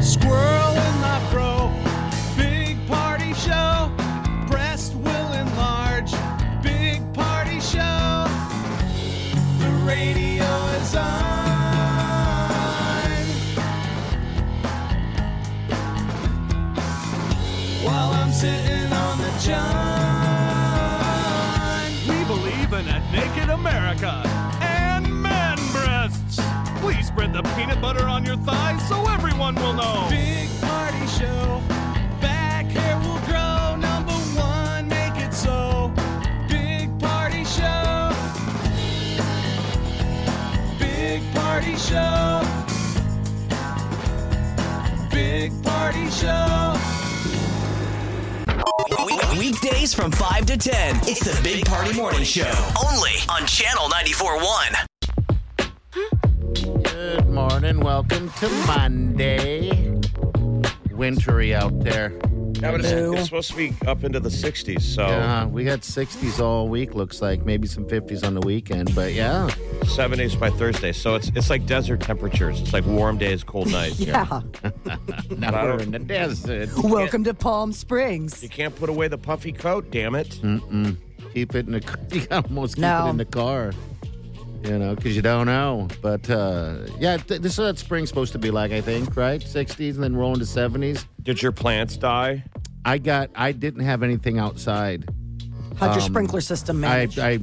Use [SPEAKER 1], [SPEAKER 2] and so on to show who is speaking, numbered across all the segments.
[SPEAKER 1] Squirrel in my bro, big party show. Breast will enlarge, big party show. The radio is on. While I'm sitting on the john. We believe in a naked America and man breasts. Please spread the peanut butter on your thighs so everyone will know. Big party show. Back hair will grow. Number one, make it so. Big party show. Big party show. Big party show.
[SPEAKER 2] Weekdays from 5 to 10. It's the Big Party Morning Show. Only on Channel 94.1.
[SPEAKER 3] Good morning. Welcome to Monday. Wintry out there.
[SPEAKER 4] Yeah, but it's, it's supposed to be up into the 60s, so
[SPEAKER 1] Oh.
[SPEAKER 3] Uh, we got 60s all week, looks like. Maybe some 50s on the weekend, but yeah.
[SPEAKER 4] 70s by Thursday. So it's it's like desert temperatures. It's like warm days, cold nights. yeah.
[SPEAKER 3] Now we're in the desert.
[SPEAKER 5] Welcome to Palm Springs.
[SPEAKER 4] You can't put away the puffy coat, damn it.
[SPEAKER 3] Keep it in the c- You almost keep
[SPEAKER 5] No.
[SPEAKER 3] it in the car, you know, because you don't know. But uh, yeah, th- this is what spring's supposed to be like, I think, right? 60s and then rolling to 70s.
[SPEAKER 4] Did your plants die?
[SPEAKER 3] I got, I didn't have anything outside.
[SPEAKER 5] How'd your sprinkler system
[SPEAKER 3] I,
[SPEAKER 5] manage?
[SPEAKER 3] I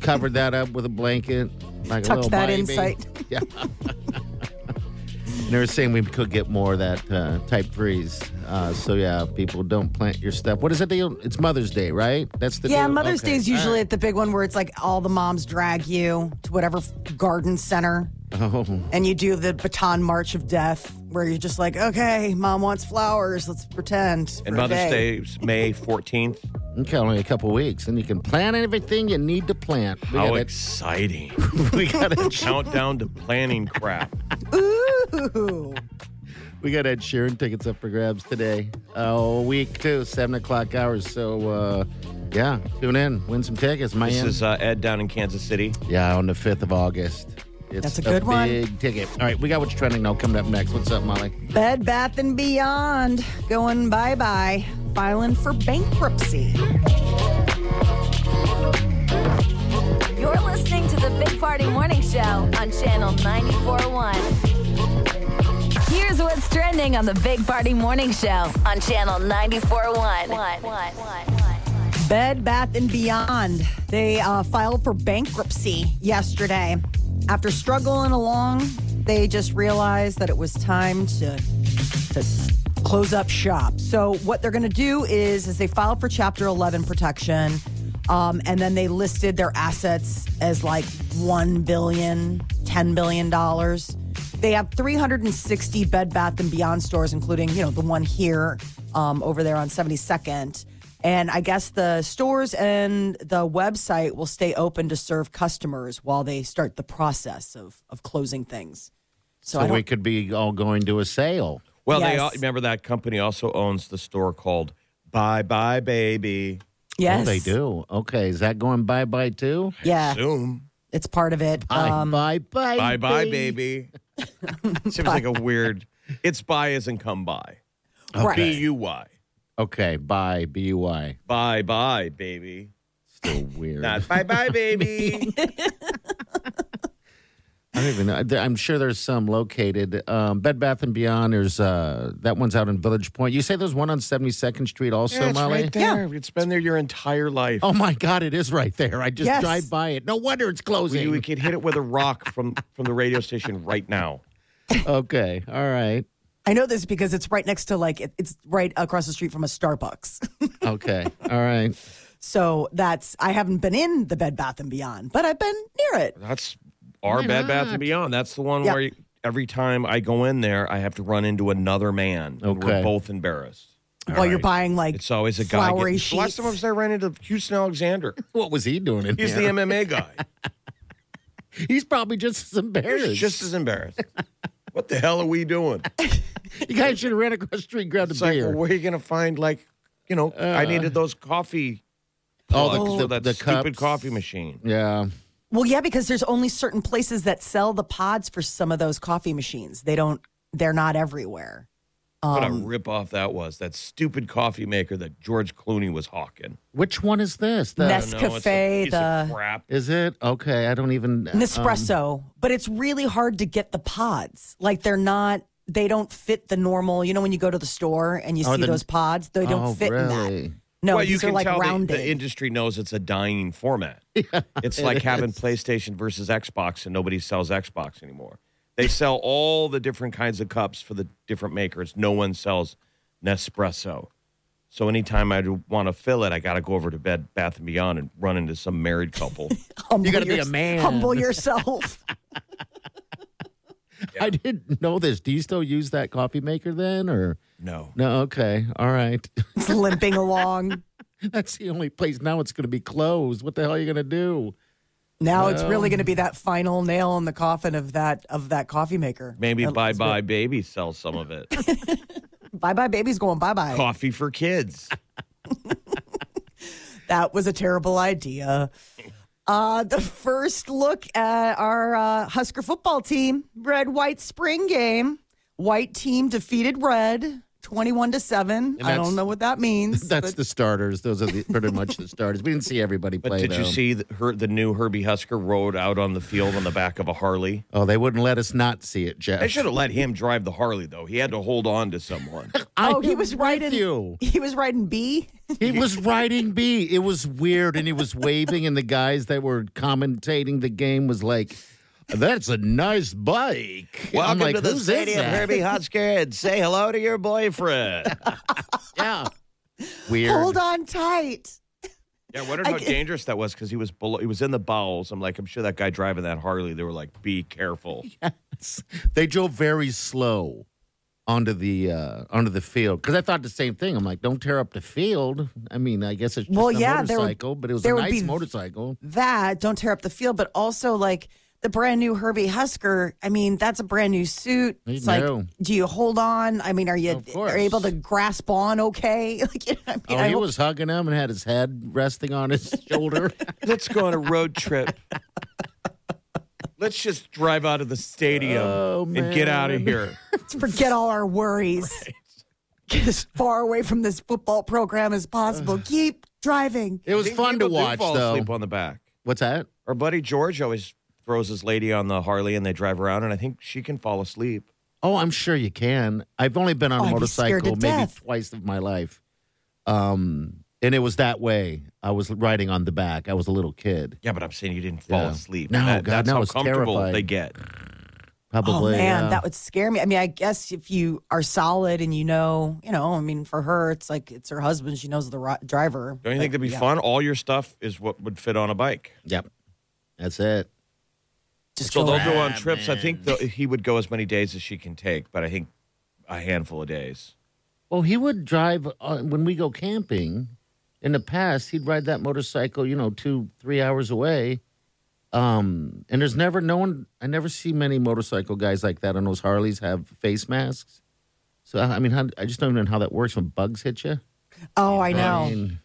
[SPEAKER 3] covered that up with a blanket, like a
[SPEAKER 5] Tucked
[SPEAKER 3] little
[SPEAKER 5] that
[SPEAKER 3] baby.
[SPEAKER 5] insight.
[SPEAKER 3] Yeah. and they were saying we could get more of that uh, type freeze. Uh, so yeah, people don't plant your stuff. What is that deal? It's Mother's Day, right? That's the
[SPEAKER 5] yeah,
[SPEAKER 3] deal?
[SPEAKER 5] Mother's
[SPEAKER 3] Okay.
[SPEAKER 5] Day is
[SPEAKER 3] All
[SPEAKER 5] usually
[SPEAKER 3] right.
[SPEAKER 5] at the big one where it's like all the moms drag you to whatever f- garden center
[SPEAKER 3] Oh,
[SPEAKER 5] and you do the baton march of death where you're just like, okay, mom wants flowers. Let's pretend. for
[SPEAKER 4] And
[SPEAKER 5] a
[SPEAKER 4] Mother's
[SPEAKER 5] day.
[SPEAKER 4] Day's May 14th.
[SPEAKER 3] okay, only a couple weeks, and you can plant everything you need to plant. We
[SPEAKER 4] How
[SPEAKER 3] got it.
[SPEAKER 4] exciting.
[SPEAKER 3] we got it.
[SPEAKER 4] Countdown to planning crap.
[SPEAKER 5] Ooh.
[SPEAKER 3] We got Ed Sheeran tickets up for grabs today. Oh, week two, seven o'clock hours. So uh, yeah, tune in, win some tickets, man.
[SPEAKER 4] This is uh, Ed down in Kansas City.
[SPEAKER 3] Yeah, on the 5th of August. It's
[SPEAKER 5] That's a good one.
[SPEAKER 3] Big ticket. All right, we got what's trending now coming up next. What's up, Molly?
[SPEAKER 5] Bed Bath and Beyond going bye bye, filing for bankruptcy.
[SPEAKER 6] You're listening to the Big Party Morning Show on Channel 941. Here's what's trending on the Big Party Morning Show on Channel 941.
[SPEAKER 5] Bed Bath and Beyond. They uh, filed for bankruptcy yesterday. After struggling along, they just realized that it was time to to close up shop. So what they're going to do is is they filed for Chapter 11 protection, um, and then they listed their assets as like one billion, ten billion dollars. They have 360 Bed Bath and Beyond stores, including you know the one here um, over there on 72nd. And I guess the stores and the website will stay open to serve customers while they start the process of of closing things. So, I
[SPEAKER 3] So
[SPEAKER 5] don't
[SPEAKER 3] we could be all going to a sale.
[SPEAKER 4] Well, they
[SPEAKER 5] Yes.
[SPEAKER 4] all, remember that company also owns the store called Bye Bye Baby.
[SPEAKER 5] yes,
[SPEAKER 3] Oh, they do. Okay, is that going bye bye too?
[SPEAKER 5] Yeah,
[SPEAKER 4] Zoom.
[SPEAKER 5] it's part of it.
[SPEAKER 3] Bye
[SPEAKER 5] Um,
[SPEAKER 3] bye bye.
[SPEAKER 4] Bye Bye Baby. Seems like a weird. It's buy as in come by. B
[SPEAKER 5] Right.
[SPEAKER 4] U Y.
[SPEAKER 3] Okay, bye b u y.
[SPEAKER 4] Bye bye, baby.
[SPEAKER 3] Still weird.
[SPEAKER 4] Not bye bye, baby.
[SPEAKER 3] I don't even know. There- I'm sure there's some located. Um, Bed Bath and Beyond. There's uh, that one's out in Village Point. You say there's one on 72nd Street also,
[SPEAKER 4] Yeah, it's
[SPEAKER 3] Molly.
[SPEAKER 4] right there. It's been there your entire life.
[SPEAKER 3] Oh my God, it is right there. I just
[SPEAKER 5] Yes.
[SPEAKER 3] drive by it. No wonder it's
[SPEAKER 4] We,
[SPEAKER 3] closing.
[SPEAKER 4] we could hit it with a rock from from the radio station right now.
[SPEAKER 3] Okay. All right.
[SPEAKER 5] I know this because it's right next to like it- it's right across the street from a Starbucks.
[SPEAKER 3] Okay. All right.
[SPEAKER 5] so that's I haven't been in the Bed Bath and Beyond, but I've been near it.
[SPEAKER 4] That's our
[SPEAKER 3] Why
[SPEAKER 4] Bed Bath
[SPEAKER 3] not?
[SPEAKER 4] and Beyond. That's the one
[SPEAKER 5] Yeah.
[SPEAKER 4] where you, every time I go in there, I have to run into another man. and
[SPEAKER 3] Okay.
[SPEAKER 4] We're both embarrassed.
[SPEAKER 5] while you're buying like
[SPEAKER 4] It's always a guy.
[SPEAKER 5] flowery
[SPEAKER 4] getting- The last time I was
[SPEAKER 5] sheets.
[SPEAKER 4] there, I ran into Houston Alexander.
[SPEAKER 3] What was he doing in
[SPEAKER 4] He's
[SPEAKER 3] there?
[SPEAKER 4] the MMA guy.
[SPEAKER 3] He's probably just as embarrassed.
[SPEAKER 4] He's just as embarrassed. What the hell are we doing?
[SPEAKER 3] you guys should have ran across the street, and grabbed a
[SPEAKER 4] It's like,
[SPEAKER 3] beer.
[SPEAKER 4] well, where are you going to find, like, you know, I needed those coffee.
[SPEAKER 3] Uh. oh,
[SPEAKER 4] plugs
[SPEAKER 3] the,
[SPEAKER 4] for
[SPEAKER 3] the,
[SPEAKER 4] that
[SPEAKER 3] the
[SPEAKER 4] stupid
[SPEAKER 3] cups.
[SPEAKER 4] coffee machine.
[SPEAKER 3] Yeah.
[SPEAKER 5] Well, yeah, because there's only certain places that sell the pods for some of those coffee machines. They don't. They're not everywhere.
[SPEAKER 4] what
[SPEAKER 5] Um.
[SPEAKER 4] a ripoff that was. That stupid coffee maker that George Clooney was hawking.
[SPEAKER 3] Which one is this? The-
[SPEAKER 4] I
[SPEAKER 5] Nes-
[SPEAKER 4] don't know, it's a
[SPEAKER 5] Nescafe,
[SPEAKER 4] piece of
[SPEAKER 5] the-
[SPEAKER 4] crap.
[SPEAKER 3] is it? Okay. I don't even.
[SPEAKER 5] Nespresso,
[SPEAKER 4] Um.
[SPEAKER 5] but it's really hard to get the pods. Like they're not. They don't fit the normal. You know when you go to the store and you
[SPEAKER 3] Oh,
[SPEAKER 5] see
[SPEAKER 3] the-
[SPEAKER 5] those pods, they don't
[SPEAKER 3] Oh,
[SPEAKER 5] fit in
[SPEAKER 3] really?
[SPEAKER 5] that. No,
[SPEAKER 4] well,
[SPEAKER 5] these
[SPEAKER 4] you can
[SPEAKER 5] are like
[SPEAKER 4] tell the-
[SPEAKER 5] rounded.
[SPEAKER 4] The, industry knows it's a dying format. it's like having PlayStation versus Xbox, and nobody sells Xbox anymore. They sell all the different kinds of cups for the different makers. No one sells Nespresso. So anytime I want to fill it, I got to go over to Bed Bath and Beyond and run into some married couple.
[SPEAKER 5] Humble
[SPEAKER 3] You gotta be a
[SPEAKER 5] yours-
[SPEAKER 3] man.
[SPEAKER 5] Humble yourself.
[SPEAKER 3] I didn't know this. Do you still use that coffee maker then, or
[SPEAKER 4] no,
[SPEAKER 3] no? Okay, all right.
[SPEAKER 5] it's limping along.
[SPEAKER 3] That's the only place now. It's going to be closed. What the hell are you going to do?
[SPEAKER 5] Now it's really going to be that final nail in the coffin of that of that coffee maker. Uh,
[SPEAKER 4] maybe
[SPEAKER 5] That's
[SPEAKER 4] Bye
[SPEAKER 5] what-
[SPEAKER 4] Bye Baby sells some of it.
[SPEAKER 5] Bye bye baby's going bye bye.
[SPEAKER 4] Coffee for kids.
[SPEAKER 5] That was a terrible idea. Uh, the first look at our uh, Husker football team, red white spring game. White team defeated red 21 to 7. I
[SPEAKER 3] that's-
[SPEAKER 5] don't know what that means.
[SPEAKER 3] That's
[SPEAKER 5] but
[SPEAKER 3] the starters. Those are the, pretty much the starters. We didn't see everybody
[SPEAKER 4] But
[SPEAKER 3] play.
[SPEAKER 4] did
[SPEAKER 3] though.
[SPEAKER 4] you see the, her, the new Herbie Husker rode out on the field on the back of a Harley?
[SPEAKER 3] Oh, they wouldn't let us not see it, Jeff.
[SPEAKER 4] They should have let him drive the Harley though. He had to hold on to someone.
[SPEAKER 3] I
[SPEAKER 5] Oh, he
[SPEAKER 3] am
[SPEAKER 5] was right
[SPEAKER 3] with
[SPEAKER 5] in-
[SPEAKER 3] you.
[SPEAKER 5] he was riding B.
[SPEAKER 3] He was riding B. It was weird, and he was waving, and the guys that were commentating the game was like, "That's a nice bike." I'm like, "Who's this at?"
[SPEAKER 4] Husker, and say hello to your boyfriend.
[SPEAKER 3] Yeah, weird.
[SPEAKER 5] Hold on tight.
[SPEAKER 4] yeah, I wondered how dangerous that was because he was below, he was in the bowels. I'm like, I'm sure that guy driving that Harley. They were like, be careful.
[SPEAKER 3] They drove very slow onto the uh, onto the field because I thought the same thing. I'm like, "Don't tear up the field." I mean, I guess it's just
[SPEAKER 5] Well,
[SPEAKER 3] a
[SPEAKER 5] yeah, there would-
[SPEAKER 3] motorcycle, but it was a
[SPEAKER 5] there would
[SPEAKER 3] nice
[SPEAKER 5] be-
[SPEAKER 3] motorcycle.
[SPEAKER 5] That don't tear up the field, but also like the brand new Herbie Husker. I mean, that's a brand new suit.
[SPEAKER 3] They
[SPEAKER 5] It's like,
[SPEAKER 3] know.
[SPEAKER 5] do you hold on? I mean, are you
[SPEAKER 3] Of course.
[SPEAKER 5] are you able to grasp on? Okay, like you know, I mean,
[SPEAKER 3] Oh,
[SPEAKER 5] I
[SPEAKER 3] he
[SPEAKER 5] hope-
[SPEAKER 3] was hugging him and had his head resting on his shoulder.
[SPEAKER 4] Let's go on a road trip. Let's just drive out of the stadium
[SPEAKER 3] Oh,
[SPEAKER 4] and get out of
[SPEAKER 3] man.
[SPEAKER 4] here.
[SPEAKER 5] forget all our worries. Get as far away from this football program as possible. Keep driving.
[SPEAKER 3] It was
[SPEAKER 4] I think
[SPEAKER 3] fun to
[SPEAKER 4] people do
[SPEAKER 3] watch,
[SPEAKER 4] fall
[SPEAKER 3] though.
[SPEAKER 4] Asleep on the back.
[SPEAKER 3] What's that?
[SPEAKER 4] Our buddy George always throws his lady on the Harley and they drive around, and I think she can fall asleep.
[SPEAKER 3] Oh, I'm sure you can. I've only been on
[SPEAKER 5] Oh,
[SPEAKER 3] a
[SPEAKER 5] I'd be scared to
[SPEAKER 3] motorcycle maybe
[SPEAKER 5] death.
[SPEAKER 3] twice of my life. Um, and it was that way. I was riding on the back. I was a little kid,
[SPEAKER 4] Yeah, but I'm saying you didn't fall
[SPEAKER 3] Yeah.
[SPEAKER 4] asleep.
[SPEAKER 3] No,
[SPEAKER 4] That-
[SPEAKER 3] God,
[SPEAKER 4] that's
[SPEAKER 3] no,
[SPEAKER 4] how
[SPEAKER 3] it's
[SPEAKER 4] comfortable
[SPEAKER 3] terrifying.
[SPEAKER 4] they get.
[SPEAKER 3] probably.
[SPEAKER 5] oh man,
[SPEAKER 3] yeah.
[SPEAKER 5] that would scare me. I mean, I guess if you are solid and you know, you know, I mean, for her, it's like it's her husband. She knows the ri- driver.
[SPEAKER 4] Don't you think that'd be fun? All your stuff is what would fit on a bike.
[SPEAKER 3] yep, that's it.
[SPEAKER 5] Just
[SPEAKER 4] So
[SPEAKER 5] go
[SPEAKER 4] they'll go on trips. I think the, he would go as many days as she can take, but I think a handful of days.
[SPEAKER 3] Well, he would drive uh, when we go camping. In the past, he'd ride that motorcycle, you know, two, three hours away. Um, and there's never no one. I never see many motorcycle guys like that on those Harleys have face masks. So I I mean, how, I just don't even know how that works when bugs hit you.
[SPEAKER 5] Oh, I know.
[SPEAKER 3] mean,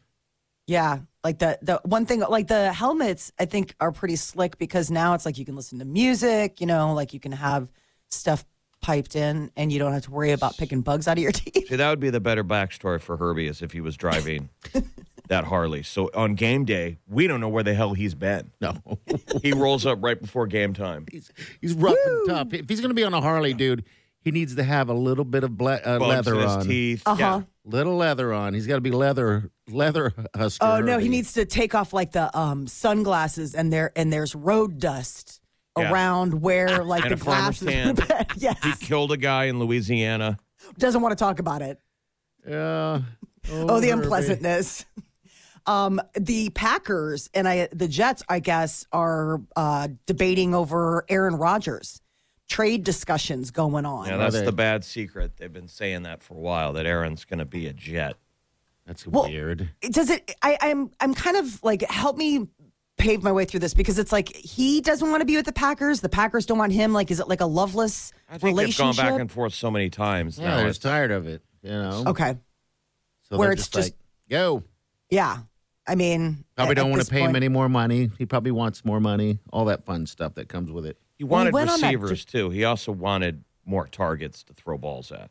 [SPEAKER 5] Yeah, like the the one thing, like the helmets, I think are pretty slick because now it's like you can listen to music, you know, like you can have stuff piped in, and you don't have to worry about picking bugs out of your teeth.
[SPEAKER 4] See, that would be the better backstory for Herbie is if he was driving that Harley. So on game day, we don't know where the hell he's been.
[SPEAKER 3] No,
[SPEAKER 4] He rolls up right before game time.
[SPEAKER 3] he's, he's rough and tough. If he's going to be on a Harley, dude, he needs to have a little bit of ble- uh,
[SPEAKER 4] Bumps
[SPEAKER 3] leather
[SPEAKER 4] in his
[SPEAKER 3] on.
[SPEAKER 4] teeth.
[SPEAKER 5] Uh
[SPEAKER 4] Yeah.
[SPEAKER 5] huh.
[SPEAKER 3] Little leather on. He's got to be leather, leather husker.
[SPEAKER 5] Oh no,
[SPEAKER 3] Herbie.
[SPEAKER 5] he needs to take off like the um, sunglasses, and there and there's road dust
[SPEAKER 4] Yeah.
[SPEAKER 5] around where like
[SPEAKER 4] And
[SPEAKER 5] the
[SPEAKER 4] a farmer's
[SPEAKER 5] glass is. yes,
[SPEAKER 4] He killed a guy in Louisiana.
[SPEAKER 5] doesn't want to talk about it.
[SPEAKER 3] Yeah.
[SPEAKER 5] Oh, the
[SPEAKER 3] Irving.
[SPEAKER 5] unpleasantness. Um, the Packers and I, the Jets, I guess, are uh, debating over Aaron Rodgers. Trade discussions going on.
[SPEAKER 4] Yeah, that's
[SPEAKER 3] they?
[SPEAKER 4] the bad secret. They've been saying that for a while that Aaron's going to be a jet.
[SPEAKER 3] That's
[SPEAKER 5] Well-
[SPEAKER 3] weird.
[SPEAKER 5] It- Does it? I, I'm I'm kind of like help me pave my way through this because it's like he doesn't want to be with the Packers. The Packers don't want him. Like, is it like a loveless
[SPEAKER 4] I think they've
[SPEAKER 5] relationship?
[SPEAKER 4] gone back and forth so many times.
[SPEAKER 3] Yeah,
[SPEAKER 4] now.
[SPEAKER 3] they're tired of it. You know.
[SPEAKER 5] okay,
[SPEAKER 3] So
[SPEAKER 5] Oh, Where
[SPEAKER 3] they're
[SPEAKER 5] it's just-
[SPEAKER 3] like, go.
[SPEAKER 5] yeah. I mean,
[SPEAKER 3] Probably
[SPEAKER 5] at-
[SPEAKER 3] don't
[SPEAKER 5] at
[SPEAKER 3] want
[SPEAKER 5] this
[SPEAKER 3] to pay him
[SPEAKER 5] point-
[SPEAKER 3] any more money. He probably wants more money. All that fun stuff that comes with it.
[SPEAKER 4] He
[SPEAKER 5] Well, he
[SPEAKER 4] wanted
[SPEAKER 5] went on that
[SPEAKER 4] receivers too. He also wanted more targets to throw balls at.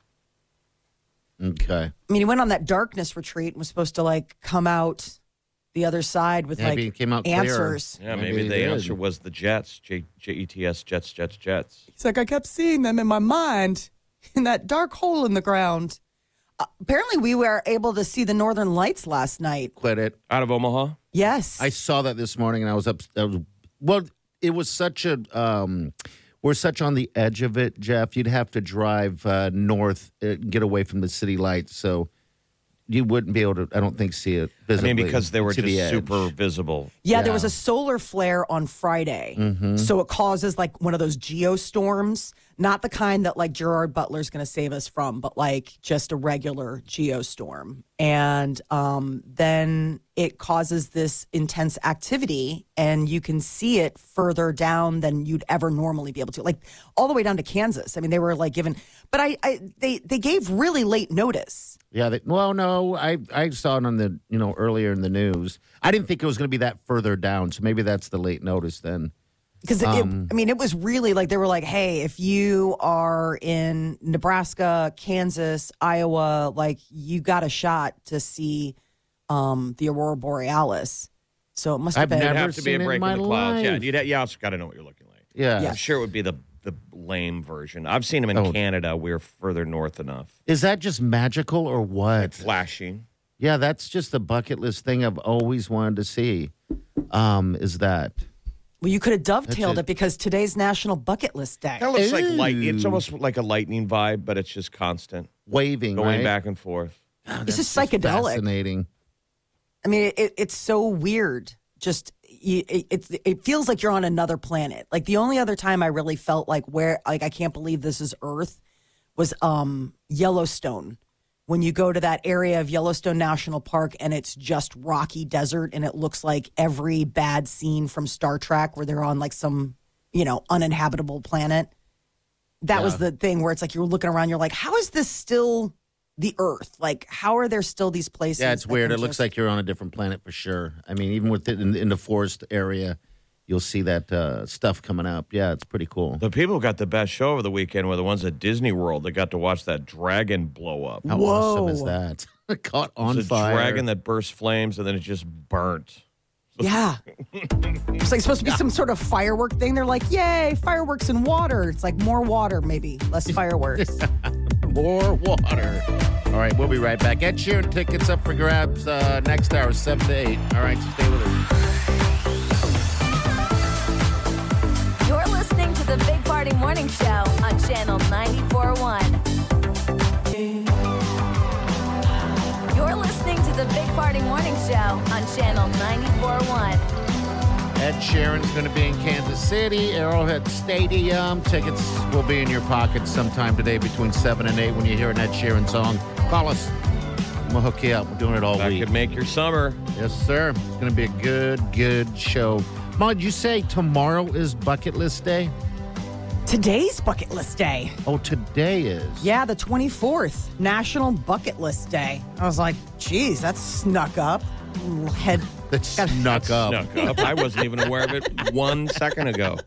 [SPEAKER 3] Okay.
[SPEAKER 5] I mean, he went on that darkness retreat and was supposed to like come out the other side with
[SPEAKER 3] Maybe
[SPEAKER 5] like
[SPEAKER 3] it came out clearer.
[SPEAKER 5] answers.
[SPEAKER 4] Yeah,
[SPEAKER 3] Maybe
[SPEAKER 4] maybe,
[SPEAKER 3] he
[SPEAKER 4] the
[SPEAKER 3] did.
[SPEAKER 4] answer was the Jets, J- J-E-T-S, Jets, Jets, Jets.
[SPEAKER 5] He's like, I kept seeing them in my mind in that dark hole in the ground. Uh, apparently, we were able to see the northern lights last night.
[SPEAKER 3] Quit it.
[SPEAKER 4] Out of Omaha?
[SPEAKER 5] Yes,
[SPEAKER 3] I saw that this morning, and I was up. I was, well, it was such a. Um, we're such on the edge of it, Jeff. You'd have to drive uh, north, uh, get away from the city lights, so you wouldn't be able to. I don't think see it.
[SPEAKER 4] I
[SPEAKER 3] Visibly
[SPEAKER 4] mean, because they were
[SPEAKER 3] to the
[SPEAKER 4] just
[SPEAKER 3] edge.
[SPEAKER 4] super visible.
[SPEAKER 5] yeah, there was a solar flare on Friday, so it causes like one of those geostorms, not the kind that like Gerard Butler's going to save us from, but like just a regular geostorm. And um, then it causes this intense activity, and you can see it further down than you'd ever normally be able to, like all the way down to Kansas. I mean, they were like given, but I, I they they gave really late notice.
[SPEAKER 3] Yeah. They, well, no, I I saw it on the you know earlier in the news. I didn't think it was going to be that further down, so maybe that's the late notice then.
[SPEAKER 5] because
[SPEAKER 3] Um,
[SPEAKER 5] it, I mean, it was really like they were like, "Hey, if you are in Nebraska, Kansas, Iowa, like you got a shot to see um, the aurora borealis." So it must have
[SPEAKER 3] I've
[SPEAKER 5] been.
[SPEAKER 4] It'd
[SPEAKER 3] never-
[SPEAKER 4] have to be a
[SPEAKER 3] seen it in
[SPEAKER 4] break
[SPEAKER 3] my
[SPEAKER 4] in the clouds. Yeah,
[SPEAKER 3] life.
[SPEAKER 4] you'd, you also got to know what you're looking like.
[SPEAKER 3] Yeah.
[SPEAKER 5] Yeah.
[SPEAKER 4] I'm sure it would be the, the lame version. I've seen them in
[SPEAKER 3] Oh.
[SPEAKER 4] Canada. We're further north enough.
[SPEAKER 3] Is that just magical or what?
[SPEAKER 4] Flashing.
[SPEAKER 3] Yeah, that's just the bucket list thing I've always wanted to see. Um, is that?
[SPEAKER 5] well, you could have dovetailed
[SPEAKER 3] That's
[SPEAKER 5] it.
[SPEAKER 3] it.
[SPEAKER 5] because today's National Bucket List Day.
[SPEAKER 4] Kind of looks like light.
[SPEAKER 3] Ooh.
[SPEAKER 4] It's almost like a lightning vibe, but it's just constant
[SPEAKER 3] waving,
[SPEAKER 4] going
[SPEAKER 3] right?
[SPEAKER 4] back and forth.
[SPEAKER 3] Ah,
[SPEAKER 5] it's just psychedelic.
[SPEAKER 3] Fascinating.
[SPEAKER 5] I mean, it, it, it's so weird. Just you, it, it, it feels like you're on another planet. Like the only other time I really felt like where like I can't believe this is Earth was um Yellowstone. When you go to that area of Yellowstone National Park and it's just rocky desert and it looks like every bad scene from Star Trek where they're on like some, you know, uninhabitable planet. That was the thing where it's like you're looking around, you're like, how is this still the Earth? Like, how are there still these places?
[SPEAKER 3] Yeah, it's
[SPEAKER 5] that
[SPEAKER 3] weird.
[SPEAKER 5] can
[SPEAKER 3] It looks
[SPEAKER 5] just-
[SPEAKER 3] like you're on a different planet for sure. I mean, even with it in, in the forest area, you'll see that uh, stuff coming up. Yeah, it's pretty cool.
[SPEAKER 4] The people who got the best show over the weekend were the ones at Disney World that got to watch that dragon blow up.
[SPEAKER 3] How awesome is
[SPEAKER 5] Whoa.
[SPEAKER 3] that? Caught
[SPEAKER 4] It
[SPEAKER 3] on
[SPEAKER 4] was a
[SPEAKER 3] fire.
[SPEAKER 4] dragon that burst flames and then it just burnt.
[SPEAKER 5] Yeah. It's like supposed to be some sort of firework thing. They're like, yay, fireworks and water. It's like more water, maybe, less fireworks.
[SPEAKER 3] More water. All right, we'll be right back. Ed Sheeran tickets up for grabs uh, next hour, seven to eight. All right, so stay with us.
[SPEAKER 6] You're listening to the Big Party Morning Show on Channel 94.1. You're listening to the Big Party Morning Show on Channel 94.1.
[SPEAKER 3] Ed Sheeran's going to be in Kansas City, Arrowhead Stadium. Tickets will be in your pocket sometime today between 7 and 8 when you hear an Ed Sheeran song. Call us. We'll hook you up. We're doing it all
[SPEAKER 4] That
[SPEAKER 3] week.
[SPEAKER 4] could make your summer.
[SPEAKER 3] Yes, sir. It's going to be a good, good show. Maud, you say tomorrow is bucket list day?
[SPEAKER 5] Today's bucket list day.
[SPEAKER 3] Oh, today is.
[SPEAKER 5] Yeah, the 24th, National Bucket List Day. I was like, geez, that snuck up. Head.
[SPEAKER 3] That snuck up.
[SPEAKER 4] Snuck up. I wasn't even aware of it one second ago.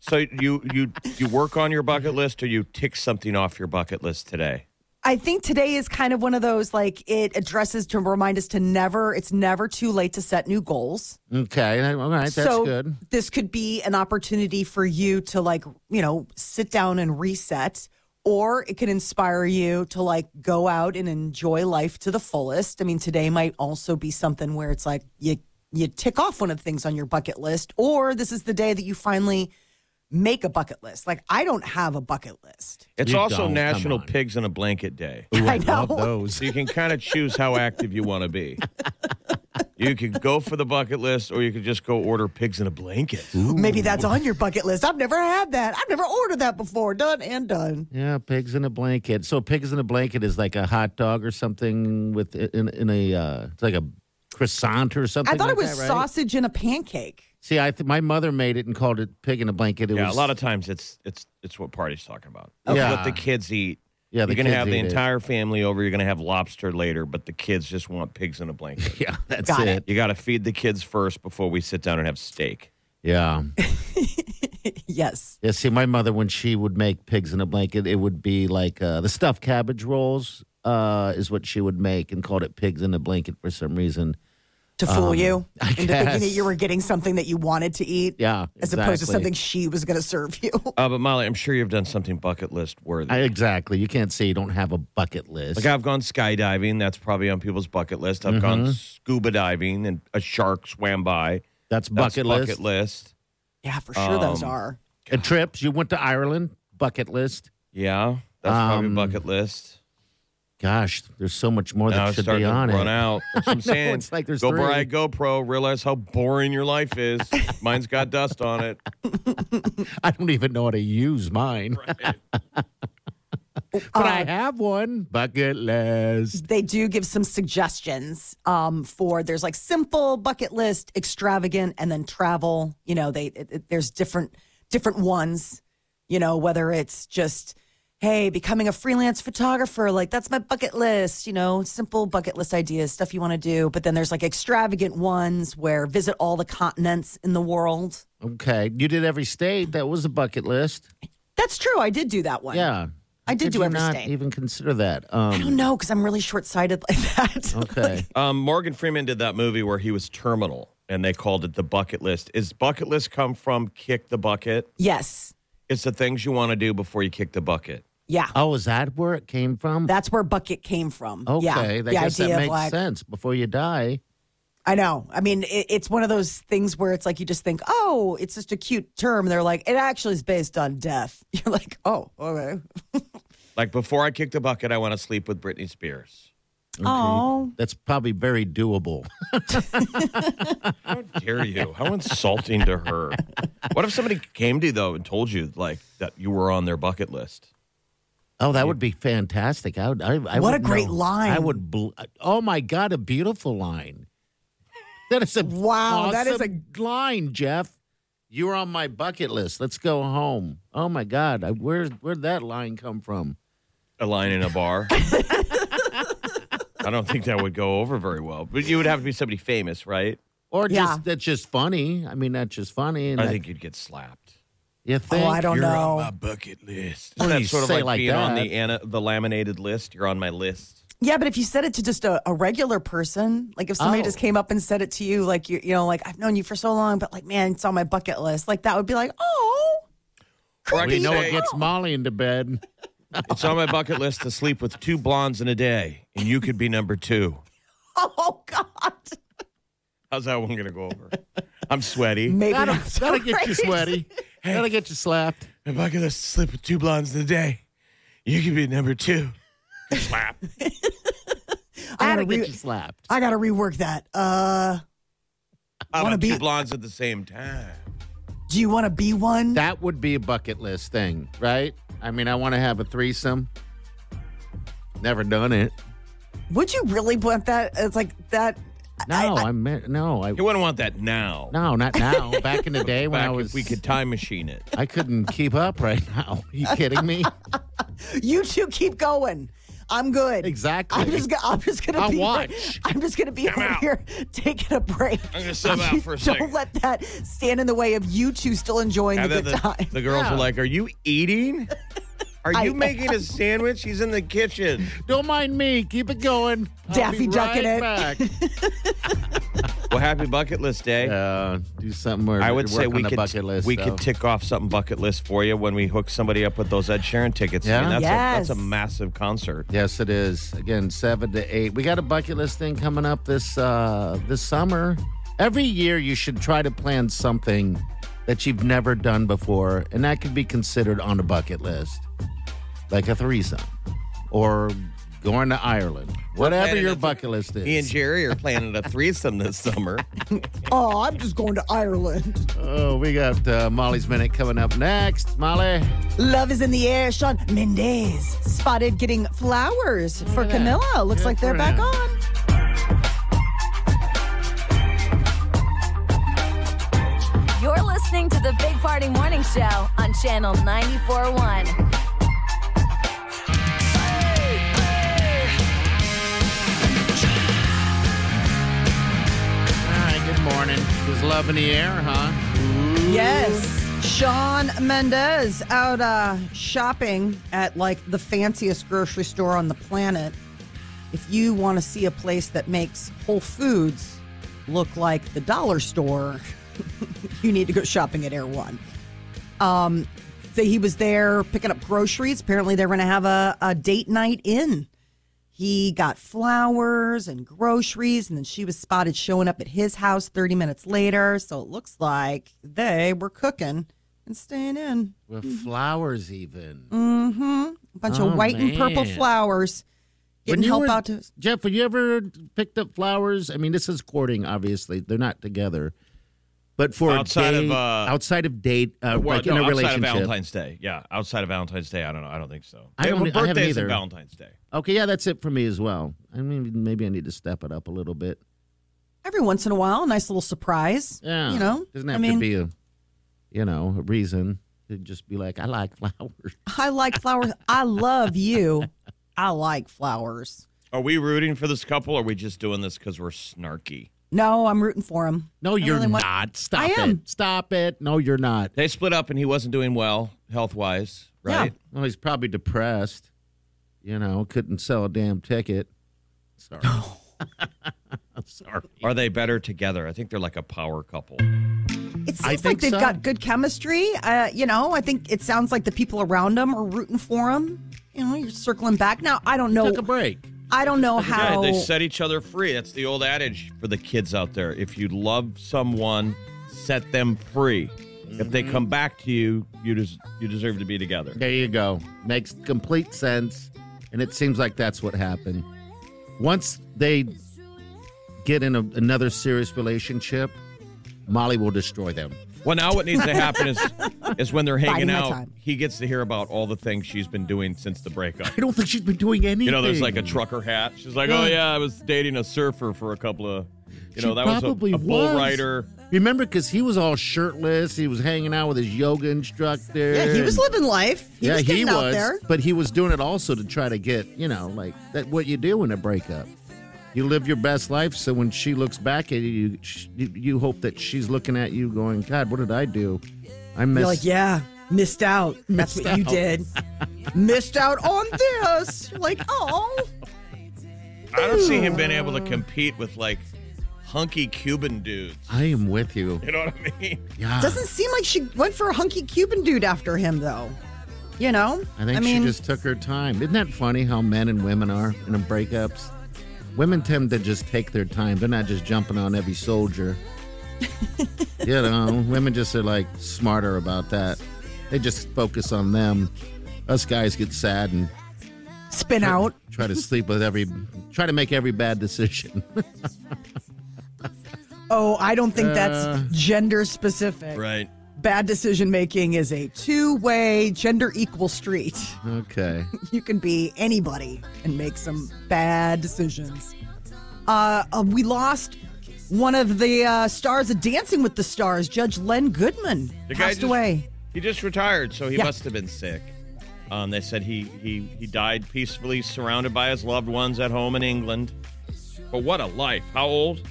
[SPEAKER 4] So you you you work on your bucket list or you tick something off your bucket list today?
[SPEAKER 5] I think today is kind of one of those like it addresses to remind us to never, it's never too late to set new goals.
[SPEAKER 3] Okay. All right. That's
[SPEAKER 5] so
[SPEAKER 3] good.
[SPEAKER 5] this could be an opportunity for you to like you know sit down and reset or it can inspire you to like go out and enjoy life to the fullest i mean today might also be something where it's like you you tick off one of the things on your bucket list or this is the day that you finally make a bucket list. Like I don't have a bucket list.
[SPEAKER 4] It's
[SPEAKER 3] You
[SPEAKER 4] also
[SPEAKER 3] don't, come
[SPEAKER 4] National
[SPEAKER 3] on.
[SPEAKER 4] Pigs in a Blanket Day.
[SPEAKER 7] Ooh, I,
[SPEAKER 5] I know.
[SPEAKER 7] love those.
[SPEAKER 4] So you can kind of choose how active you want to be. You could go for the bucket list, or you could just go order pigs in a blanket.
[SPEAKER 5] Maybe that's on your bucket list. I've never had that. I've never ordered that before. Done and done.
[SPEAKER 3] Yeah, pigs in a blanket. So pigs in a blanket is like a hot dog or something with in in a uh, it's like a croissant or something.
[SPEAKER 5] I thought
[SPEAKER 3] like
[SPEAKER 5] it was
[SPEAKER 3] that, right?
[SPEAKER 5] sausage in a pancake.
[SPEAKER 3] See, I th- my mother made it and called it pig in a blanket. It
[SPEAKER 4] Yeah, a
[SPEAKER 3] was,
[SPEAKER 4] lot of times it's it's it's what parties talking about. It's
[SPEAKER 3] Yeah.
[SPEAKER 4] what the kids eat.
[SPEAKER 3] Yeah, the
[SPEAKER 4] you're gonna
[SPEAKER 3] kids
[SPEAKER 4] have the
[SPEAKER 3] eat it.
[SPEAKER 4] entire family over. You're gonna have lobster later, but the kids just want pigs in a blanket.
[SPEAKER 3] Yeah, that's
[SPEAKER 5] Got
[SPEAKER 3] it.
[SPEAKER 4] You got to feed the kids first before we sit down and have steak.
[SPEAKER 3] Yeah.
[SPEAKER 5] Yes.
[SPEAKER 3] Yeah, see, my mother, when she would make pigs in a blanket, it would be like uh, the stuffed cabbage rolls uh, is what she would make and called it pigs in a blanket for some reason.
[SPEAKER 5] To fool you
[SPEAKER 3] Um, I
[SPEAKER 5] into
[SPEAKER 3] guess.
[SPEAKER 5] thinking that you were getting something that you wanted to eat.
[SPEAKER 3] Yeah,
[SPEAKER 5] As opposed to
[SPEAKER 3] exactly.
[SPEAKER 5] something she was going to serve you.
[SPEAKER 4] Uh, but Molly, I'm sure you've done something bucket list worthy.
[SPEAKER 3] I, exactly. You can't say you don't have a bucket list.
[SPEAKER 4] Like I've gone skydiving, that's probably on people's bucket list. I've
[SPEAKER 3] Mm-hmm.
[SPEAKER 4] gone scuba diving, and a shark swam by.
[SPEAKER 3] That's
[SPEAKER 4] That's
[SPEAKER 3] bucket
[SPEAKER 4] bucket
[SPEAKER 3] list.
[SPEAKER 4] list.
[SPEAKER 5] Yeah, for sure those are.
[SPEAKER 3] Uh, trips. You went to Ireland. Bucket list.
[SPEAKER 4] Yeah, that's probably
[SPEAKER 3] Um,
[SPEAKER 4] bucket list.
[SPEAKER 3] Gosh, there's so much more
[SPEAKER 4] Now
[SPEAKER 3] that
[SPEAKER 4] it's
[SPEAKER 3] should be
[SPEAKER 4] starting to
[SPEAKER 3] on
[SPEAKER 4] run
[SPEAKER 3] it.
[SPEAKER 4] out. That's what I'm saying.
[SPEAKER 3] it's like there's
[SPEAKER 4] Go
[SPEAKER 3] three.
[SPEAKER 4] buy a GoPro. Realize how boring your life is. Mine's got dust on it.
[SPEAKER 3] I don't even know how to use mine, but I have one. Bucket list.
[SPEAKER 5] They do give some suggestions um, for there's like simple bucket list, extravagant, and then travel. You know, they it, it- there's different different ones. You know, whether it's just hey, becoming a freelance photographer, like that's my bucket list. You know, simple bucket list ideas, stuff you want to do. But then there's like extravagant ones where visit all the continents in the world.
[SPEAKER 3] Okay, you did every state. That was a bucket list.
[SPEAKER 5] That's true. I did do that one.
[SPEAKER 3] Yeah.
[SPEAKER 5] I did
[SPEAKER 3] Did
[SPEAKER 5] do
[SPEAKER 3] you
[SPEAKER 5] every
[SPEAKER 3] not
[SPEAKER 5] state.
[SPEAKER 3] even consider that?
[SPEAKER 5] I
[SPEAKER 3] Um,
[SPEAKER 5] don't know because I'm really short sighted like that.
[SPEAKER 3] okay.
[SPEAKER 4] Um, Morgan Freeman did that movie where he was terminal, and they called it the bucket list. Is bucket list come from kick the bucket?
[SPEAKER 5] yes.
[SPEAKER 4] It's the things you want to do before you kick the bucket.
[SPEAKER 5] Yeah.
[SPEAKER 3] Oh, is that where it came from?
[SPEAKER 5] That's where bucket came from.
[SPEAKER 3] okay,
[SPEAKER 5] yeah,
[SPEAKER 3] I
[SPEAKER 5] the
[SPEAKER 3] guess
[SPEAKER 5] idea
[SPEAKER 3] that
[SPEAKER 5] of
[SPEAKER 3] makes
[SPEAKER 5] like,
[SPEAKER 3] sense. Before you die,
[SPEAKER 5] I know. I mean, it, it's one of those things where it's like you just think, oh, it's just a cute term. They're like, it actually is based on death. You're like, oh, okay.
[SPEAKER 4] Like before I kick the bucket, I want to sleep with Britney Spears.
[SPEAKER 5] Oh,
[SPEAKER 3] that's probably very doable.
[SPEAKER 4] How dare you? How insulting to her. What if somebody came to you though and told you like that you were on their bucket list?
[SPEAKER 3] Oh, that would be fantastic. I would. I, I
[SPEAKER 5] What a
[SPEAKER 3] would
[SPEAKER 5] great
[SPEAKER 3] know.
[SPEAKER 5] line.
[SPEAKER 3] I would. Bl- oh my god, a beautiful line. That is a
[SPEAKER 5] Wow, that is a-
[SPEAKER 3] awesome line, Jeff. You're on my bucket list. Let's go home. Oh my god, I, where where'd that line come from?
[SPEAKER 4] A line in a bar. I don't think that would go over very well. But you would have to be somebody famous, right?
[SPEAKER 3] Or
[SPEAKER 5] Yeah.
[SPEAKER 3] just that's just funny. I mean, that's just funny. And
[SPEAKER 4] I
[SPEAKER 3] that-
[SPEAKER 4] think you'd get slapped.
[SPEAKER 3] you think.
[SPEAKER 5] oh, I don't know.
[SPEAKER 4] bucket list.
[SPEAKER 3] When
[SPEAKER 4] That's
[SPEAKER 3] you
[SPEAKER 4] sort of
[SPEAKER 3] say
[SPEAKER 4] like,
[SPEAKER 3] like
[SPEAKER 4] being on
[SPEAKER 3] that-
[SPEAKER 4] the ana- the laminated list. You're on my list.
[SPEAKER 5] yeah, but if you said it to just a, a regular person, like if somebody
[SPEAKER 3] Oh.
[SPEAKER 5] just came up and said it to you, like you, you know, like I've known you for so long, but like, man, it's on my bucket list. Like that would be like, oh,
[SPEAKER 4] Or I
[SPEAKER 3] We
[SPEAKER 4] could
[SPEAKER 3] know
[SPEAKER 4] say,
[SPEAKER 3] it gets Molly into bed.
[SPEAKER 4] it's on my bucket list to sleep with two blondes in a day, and you could be number two.
[SPEAKER 5] oh God,
[SPEAKER 4] How's that one going to go over? I'm sweaty.
[SPEAKER 5] maybe
[SPEAKER 3] That'll,
[SPEAKER 5] not so
[SPEAKER 3] that'll get you
[SPEAKER 5] great.
[SPEAKER 3] sweaty. That'll get you slapped.
[SPEAKER 4] My bucket list to sleep with two blondes in a day. You could be number two. Slap.
[SPEAKER 5] I gotta
[SPEAKER 3] That'll get
[SPEAKER 5] re-
[SPEAKER 3] you slapped.
[SPEAKER 5] I gotta rework that. Uh,
[SPEAKER 4] I
[SPEAKER 5] Wanna
[SPEAKER 4] want
[SPEAKER 5] be-
[SPEAKER 4] two blondes at the same time.
[SPEAKER 5] do you want to be one?
[SPEAKER 3] That would be a bucket list thing, right? I mean, I want to have a threesome. Never done it.
[SPEAKER 5] Would you really want that? It's like that.
[SPEAKER 3] No, I, meant no. I
[SPEAKER 4] You wouldn't want that now.
[SPEAKER 3] no, not now. Back in the day when
[SPEAKER 4] Back
[SPEAKER 3] I was,
[SPEAKER 4] if we could time machine it.
[SPEAKER 3] I couldn't keep up right now. you kidding me?
[SPEAKER 5] You two keep going. I'm good.
[SPEAKER 3] Exactly.
[SPEAKER 5] I'm just. go- I'm just gonna
[SPEAKER 3] I'll
[SPEAKER 5] be.
[SPEAKER 3] watch.
[SPEAKER 5] I'm just gonna be over
[SPEAKER 4] out.
[SPEAKER 5] here taking a break.
[SPEAKER 4] I'm gonna sub out for a
[SPEAKER 5] Don't
[SPEAKER 4] second.
[SPEAKER 5] let that stand in the way of you two still enjoying
[SPEAKER 4] And
[SPEAKER 5] the
[SPEAKER 4] then
[SPEAKER 5] good time.
[SPEAKER 4] the, the girls were like, "Are you eating? Are
[SPEAKER 5] I-
[SPEAKER 4] you making a sandwich? He's in the kitchen."
[SPEAKER 3] Don't mind me. Keep it going. I'll
[SPEAKER 5] Daffy
[SPEAKER 3] be
[SPEAKER 5] ducking
[SPEAKER 3] right
[SPEAKER 5] it.
[SPEAKER 3] Back.
[SPEAKER 4] Well, happy bucket list day.
[SPEAKER 3] Uh, do something where
[SPEAKER 4] I would
[SPEAKER 3] work
[SPEAKER 4] say
[SPEAKER 3] on
[SPEAKER 4] we
[SPEAKER 3] the
[SPEAKER 4] could
[SPEAKER 3] bucket list.
[SPEAKER 4] we
[SPEAKER 3] though.
[SPEAKER 4] could tick off something bucket list for you when we hook somebody up with those Ed Sheeran tickets. I mean,
[SPEAKER 3] Yeah?
[SPEAKER 4] that's a, that's
[SPEAKER 5] Yes.
[SPEAKER 4] a massive concert.
[SPEAKER 3] Yes, it is. Again, seven to eight. We got a bucket list thing coming up this uh, this summer. Every year, you should try to plan something that you've never done before, and that could be considered on a bucket list, like a threesome or going to Ireland, whatever
[SPEAKER 4] planning
[SPEAKER 3] your
[SPEAKER 4] a-
[SPEAKER 3] bucket list is.
[SPEAKER 4] Me and Jerry are planning a threesome this summer.
[SPEAKER 5] Oh, I'm just going to Ireland.
[SPEAKER 3] oh, we got uh, Molly's minute coming up next. Molly,
[SPEAKER 5] Love is in the air. Sean Mendez spotted getting flowers for Camilla. Looks
[SPEAKER 3] Good
[SPEAKER 5] like they're
[SPEAKER 3] for
[SPEAKER 5] back
[SPEAKER 3] him.
[SPEAKER 5] on.
[SPEAKER 6] You're listening to the Big Party Morning Show on Channel 941.
[SPEAKER 3] all right, good morning. Is love in the air, huh?
[SPEAKER 5] Yes. Sean Mendez out uh, shopping at like the fanciest grocery store on the planet. If you want to see a place that makes Whole Foods look like the dollar store, you need to go shopping at Air One. Um, so he was there picking up groceries. Apparently, they're going to have a, a date night in. He got flowers and groceries, and then she was spotted showing up at his house 30 minutes later. So it looks like they were cooking and staying in. Hmm.
[SPEAKER 3] With flowers, even.
[SPEAKER 5] A bunch
[SPEAKER 3] Oh,
[SPEAKER 5] of white and purple
[SPEAKER 3] man.
[SPEAKER 5] flowers
[SPEAKER 3] When
[SPEAKER 5] getting
[SPEAKER 3] you
[SPEAKER 5] help
[SPEAKER 3] were-
[SPEAKER 5] out to.
[SPEAKER 3] Jeff, have you ever picked up flowers? I mean, this is courting, obviously. They're not together. But for a
[SPEAKER 4] Outside of,
[SPEAKER 3] date-
[SPEAKER 4] uh,
[SPEAKER 3] outside of date, uh,
[SPEAKER 4] Well,
[SPEAKER 3] like
[SPEAKER 4] no,
[SPEAKER 3] in a
[SPEAKER 4] outside of
[SPEAKER 3] relationship.
[SPEAKER 4] Valentine's Day. Yeah, outside of Valentine's Day, I don't know. I don't think so.
[SPEAKER 3] I
[SPEAKER 4] Yeah,
[SPEAKER 3] don't- I
[SPEAKER 4] but
[SPEAKER 3] haven't
[SPEAKER 4] birthdays
[SPEAKER 3] either.
[SPEAKER 4] and Valentine's Day.
[SPEAKER 3] Okay, yeah, that's it for me as well. I mean, maybe I need to step it up a little bit.
[SPEAKER 5] Every once in a while, nice little surprise.
[SPEAKER 3] Yeah,
[SPEAKER 5] You know?
[SPEAKER 3] doesn't have
[SPEAKER 5] I mean,
[SPEAKER 3] to be a, you know, a reason to just be like, I like flowers.
[SPEAKER 5] I like flowers. I love you. I like flowers.
[SPEAKER 4] Are we rooting for this couple? Or are we just doing this because we're snarky?
[SPEAKER 5] No, I'm rooting for him.
[SPEAKER 3] No, you're
[SPEAKER 5] really want-
[SPEAKER 3] not. Stop
[SPEAKER 5] I am.
[SPEAKER 3] it. Stop it. No, you're not.
[SPEAKER 4] They split up, and he wasn't doing well health wise, right?
[SPEAKER 3] Well, he's probably depressed. You know, couldn't sell a damn ticket. Sorry. Sorry.
[SPEAKER 4] Are they better together? I think they're like a power couple.
[SPEAKER 5] It
[SPEAKER 3] I
[SPEAKER 5] seems
[SPEAKER 3] think
[SPEAKER 5] like they've
[SPEAKER 3] so.
[SPEAKER 5] got good chemistry. Uh, you know, I think it sounds like the people around them are rooting for him. You know, you're circling back now. I don't know.
[SPEAKER 3] Took a break.
[SPEAKER 5] I don't know
[SPEAKER 4] Yeah,
[SPEAKER 5] how.
[SPEAKER 4] they set each other free. That's the old adage for the kids out there. If you love someone, set them free. If they come back to you, you des- you deserve to be together.
[SPEAKER 3] There you go. Makes complete sense. And it seems like that's what happened. Once they get in a, another serious relationship, Molly will destroy them.
[SPEAKER 4] Well, now what needs to happen is is when they're
[SPEAKER 5] Biding
[SPEAKER 4] hanging
[SPEAKER 5] my
[SPEAKER 4] out,
[SPEAKER 5] time.
[SPEAKER 4] he gets to hear about all the things she's been doing since the breakup.
[SPEAKER 3] I don't think she's been doing anything.
[SPEAKER 4] You know, there's
[SPEAKER 3] Mm.
[SPEAKER 4] like a trucker hat. She's like, "Oh yeah, I was dating a surfer for a couple of, you know,
[SPEAKER 3] She
[SPEAKER 4] that was a,
[SPEAKER 3] probably
[SPEAKER 4] a bull
[SPEAKER 3] was.
[SPEAKER 4] rider."
[SPEAKER 3] Remember, because he was all shirtless. He was hanging out with his yoga instructor.
[SPEAKER 5] yeah, he was
[SPEAKER 3] and-
[SPEAKER 5] living life. He
[SPEAKER 3] yeah,
[SPEAKER 5] was getting
[SPEAKER 3] he
[SPEAKER 5] out
[SPEAKER 3] was.
[SPEAKER 5] there.
[SPEAKER 3] But he was doing it also to try to get, you know, like that. What you do in a breakup, you live your best life. So when she looks back at you, sh- you, you hope that she's looking at you, going, "God, what did I do? I missed."
[SPEAKER 5] You're like, yeah, missed out. That's
[SPEAKER 3] Missed
[SPEAKER 5] what you
[SPEAKER 3] out.
[SPEAKER 5] did. missed out on this. You're like, oh,
[SPEAKER 4] I don't see him being able to compete with like hunky Cuban dudes.
[SPEAKER 3] I am with you.
[SPEAKER 4] You know what I mean?
[SPEAKER 3] Yeah,
[SPEAKER 5] doesn't seem like she went for a hunky Cuban dude after him though. You know,
[SPEAKER 3] I think
[SPEAKER 5] mean,
[SPEAKER 3] she just took her time. Isn't that funny how men and women are in a breakups? Women tend to just take their time. They're not just jumping on every soldier. you know, women just are like smarter about that. They just focus on them. Us guys get sad and
[SPEAKER 5] spin out.
[SPEAKER 3] try to sleep with every, try to make every bad decision.
[SPEAKER 5] Oh, I don't think
[SPEAKER 3] Uh,
[SPEAKER 5] that's gender specific.
[SPEAKER 4] Right.
[SPEAKER 5] Bad decision making is a two way, gender equal street.
[SPEAKER 3] okay.
[SPEAKER 5] You can be anybody and make some bad decisions. Uh, uh, we lost one of the uh, stars of Dancing with the Stars, Judge Len Goodman,
[SPEAKER 4] The guy
[SPEAKER 5] passed
[SPEAKER 4] just-
[SPEAKER 5] away.
[SPEAKER 4] He just retired, so he
[SPEAKER 5] Yeah.
[SPEAKER 4] must have been sick. Um, they said he, he he died peacefully, surrounded by his loved ones at home in England. But what a life! How old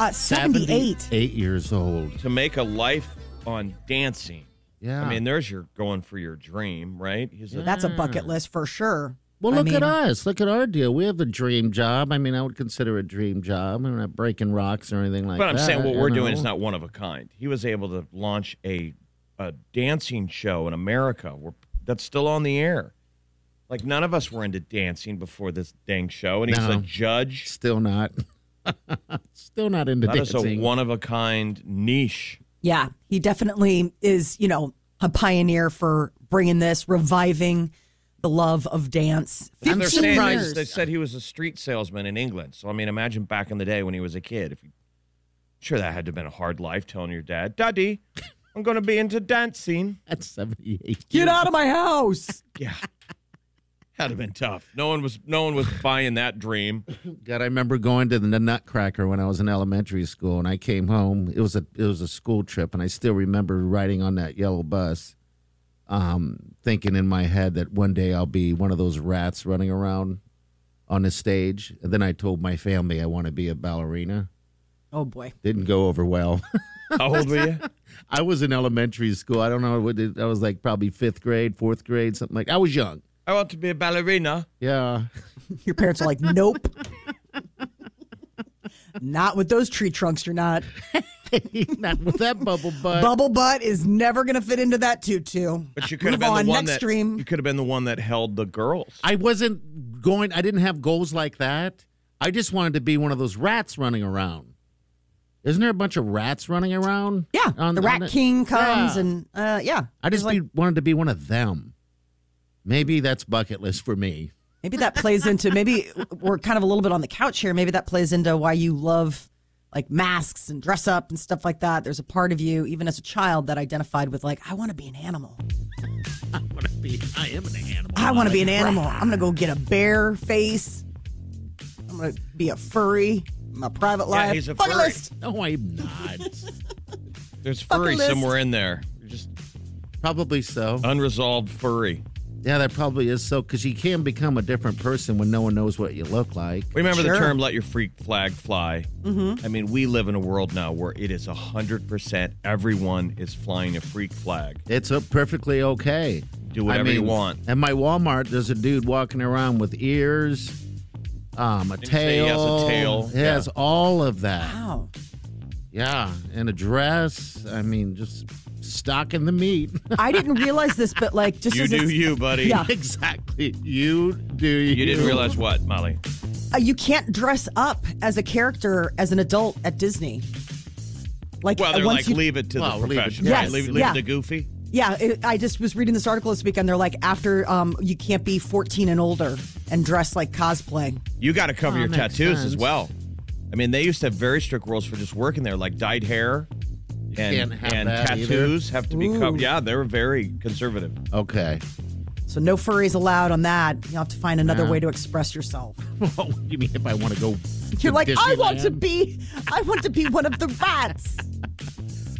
[SPEAKER 5] Uh, 78.
[SPEAKER 3] Eight years old.
[SPEAKER 4] to make a life on dancing?
[SPEAKER 3] Yeah.
[SPEAKER 4] I mean, there's your going for your dream, right? He's a,
[SPEAKER 5] That's a bucket list for sure.
[SPEAKER 3] Mm. Well,
[SPEAKER 5] I
[SPEAKER 3] look at
[SPEAKER 5] mean-
[SPEAKER 3] us. Look at our deal. We have a dream job. I mean, I would consider it a dream job. We're not breaking rocks or anything like
[SPEAKER 4] but
[SPEAKER 3] that.
[SPEAKER 4] I'm saying what
[SPEAKER 3] you
[SPEAKER 4] we're doing is
[SPEAKER 3] know?
[SPEAKER 4] not one of a kind. He was able to launch a a dancing show in America where, that's still on the air. Like none of us were into dancing before this dang show, and he's
[SPEAKER 3] No.
[SPEAKER 4] a judge.
[SPEAKER 3] Still not. Still not into
[SPEAKER 4] That is a
[SPEAKER 3] dancing.
[SPEAKER 4] one of a kind niche.
[SPEAKER 5] Yeah, he definitely is, you know, a pioneer for bringing this, reviving the love of dance.
[SPEAKER 4] And they're saying they-
[SPEAKER 3] surprised.
[SPEAKER 4] They said he was a street salesman in England. So I mean, imagine back in the day when he was a kid. If you, sure, that had to have been a hard life telling your dad, "Daddy, I'm going to be into dancing."
[SPEAKER 3] That's 78.
[SPEAKER 5] Get out of my house.
[SPEAKER 4] Yeah, that'd have been tough. No one was, no one was buying that dream.
[SPEAKER 3] God, I remember going to the Nutcracker when I was in elementary school, and I came home. It was a it was a school trip, and I still remember riding on that yellow bus, um, thinking in my head that one day I'll be one of those rats running around on the stage. And then I told my family I want to be a ballerina.
[SPEAKER 5] Oh boy.
[SPEAKER 3] Didn't go over well.
[SPEAKER 4] How old were you?
[SPEAKER 3] I was in elementary school. I don't know what it, I was like, probably fifth grade, fourth grade, something like. I was young.
[SPEAKER 4] I want to be a ballerina.
[SPEAKER 3] Yeah,
[SPEAKER 5] Your parents are like, nope. not with those tree trunks, you're not.
[SPEAKER 3] not with that bubble butt.
[SPEAKER 5] Bubble butt is never going to fit into that tutu.
[SPEAKER 4] But you could
[SPEAKER 5] Move
[SPEAKER 4] have been
[SPEAKER 5] on,
[SPEAKER 4] the one
[SPEAKER 5] next
[SPEAKER 4] that
[SPEAKER 5] stream.
[SPEAKER 4] you could have been the one that held the girls.
[SPEAKER 3] I wasn't going. I didn't have goals like that. I just wanted to be one of those rats running around. Isn't there a bunch of rats running around?
[SPEAKER 5] Yeah,
[SPEAKER 3] On-
[SPEAKER 5] the
[SPEAKER 3] on
[SPEAKER 5] Rat
[SPEAKER 3] it?
[SPEAKER 5] King comes,
[SPEAKER 3] Yeah.
[SPEAKER 5] and uh, yeah,
[SPEAKER 3] I just be, wanted to be one of them. Maybe that's bucket list for me.
[SPEAKER 5] maybe that plays into maybe we're kind of a little bit on the couch here. Maybe that plays into why you love like masks and dress up and stuff like that. There's a part of you, even as a child, that identified with like, I want to be an animal.
[SPEAKER 3] I want to be. I am an animal.
[SPEAKER 5] I want to be an animal. I'm gonna go get a bear face. I'm gonna be a furry. in My private life.
[SPEAKER 4] he's a
[SPEAKER 5] Bucket
[SPEAKER 4] furry.
[SPEAKER 5] list.
[SPEAKER 3] No, I'm not.
[SPEAKER 4] There's furry
[SPEAKER 5] list.
[SPEAKER 4] somewhere in there. You're just
[SPEAKER 3] probably so.
[SPEAKER 4] unresolved furry.
[SPEAKER 3] Yeah, that probably is so because you can become a different person when no one knows what you look like.
[SPEAKER 4] Remember
[SPEAKER 5] Sure. Mm-hmm.
[SPEAKER 4] the term "let your freak flag fly." I mean, we live in a world now where it is hundred percent everyone is flying a freak flag.
[SPEAKER 3] It's a perfectly okay.
[SPEAKER 4] Do whatever you want.
[SPEAKER 3] At my Walmart, there's a dude walking around with ears, um, a
[SPEAKER 4] you say
[SPEAKER 3] tail.
[SPEAKER 4] he has a tail?
[SPEAKER 3] He has
[SPEAKER 4] Yeah.
[SPEAKER 3] all of that.
[SPEAKER 5] Wow.
[SPEAKER 3] Yeah, and a dress. I mean, just stocking the meat.
[SPEAKER 5] I didn't realize this, but like just
[SPEAKER 4] You
[SPEAKER 5] as
[SPEAKER 4] do
[SPEAKER 5] it's-
[SPEAKER 4] you, buddy.
[SPEAKER 5] Yeah.
[SPEAKER 3] exactly. You do. You,
[SPEAKER 4] You didn't realize what, Molly?
[SPEAKER 5] uh, you can't dress up as a character as an adult at Disney. Like
[SPEAKER 4] Well, they're
[SPEAKER 5] once
[SPEAKER 4] like
[SPEAKER 5] you-
[SPEAKER 4] leave it to
[SPEAKER 3] Well,
[SPEAKER 4] the
[SPEAKER 3] leave it-
[SPEAKER 4] profession.
[SPEAKER 5] yes,
[SPEAKER 4] right? leave, leave
[SPEAKER 5] yeah.
[SPEAKER 4] it to Goofy.
[SPEAKER 5] Yeah, it, I just was reading this article this weekend. They're like, after um, you can't be 14 and older and dress like cosplay.
[SPEAKER 4] You got to cover
[SPEAKER 3] Oh,
[SPEAKER 4] your
[SPEAKER 3] makes
[SPEAKER 4] tattoos as
[SPEAKER 3] sense.
[SPEAKER 4] well. I mean, they used to have very strict rules for just working there, like dyed hair and,
[SPEAKER 3] can't have
[SPEAKER 4] and
[SPEAKER 3] that either.
[SPEAKER 4] tattoos have to be covered.
[SPEAKER 5] Ooh.
[SPEAKER 4] Yeah, they were very conservative.
[SPEAKER 3] Okay.
[SPEAKER 5] So no furries allowed on that. You have to find another
[SPEAKER 3] Yeah.
[SPEAKER 5] way to express yourself.
[SPEAKER 3] what do you mean if I want to go? to
[SPEAKER 5] You're like, I want to
[SPEAKER 3] Disneyland?"
[SPEAKER 5] be, I want to be one of the rats.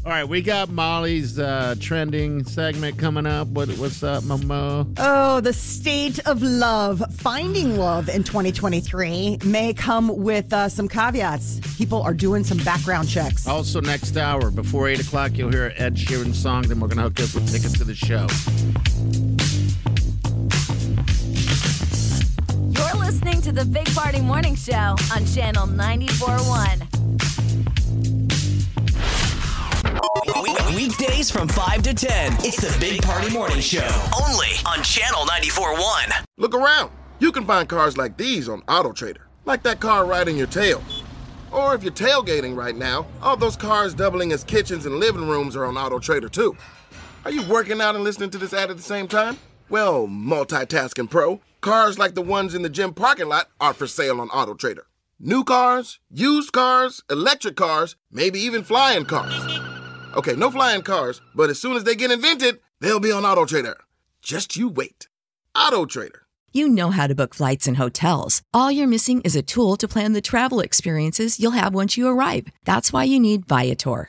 [SPEAKER 3] All right, we got Molly's uh, trending segment coming up. What, what's up, Momo?
[SPEAKER 5] Oh, the state of love, finding love in 2023 may come with uh, some caveats. People are doing some background checks.
[SPEAKER 3] Also, next hour before eight o'clock, you'll hear Ed Sheeran's song. Then we're gonna hook you up with tickets to the show.
[SPEAKER 6] You're listening to the Big Party Morning Show on Channel 941.
[SPEAKER 2] We- Weekdays from 5 to 10. It's the Big Party Morning Show. Only on Channel 941.
[SPEAKER 7] Look around. You can find cars like these on AutoTrader, like that car riding your tail. Or if you're tailgating right now, all those cars doubling as kitchens and living rooms are on AutoTrader too. Are you working out and listening to this ad at the same time? Well, multitasking pro, cars like the ones in the gym parking lot are for sale on AutoTrader. New cars, used cars, electric cars, maybe even flying cars. Okay, no flying cars, but as soon as they get invented, they'll be on AutoTrader. Just you wait. AutoTrader.
[SPEAKER 8] You know how to book flights and hotels. All you're missing is a tool to plan the travel experiences you'll have once you arrive. That's why you need Viator.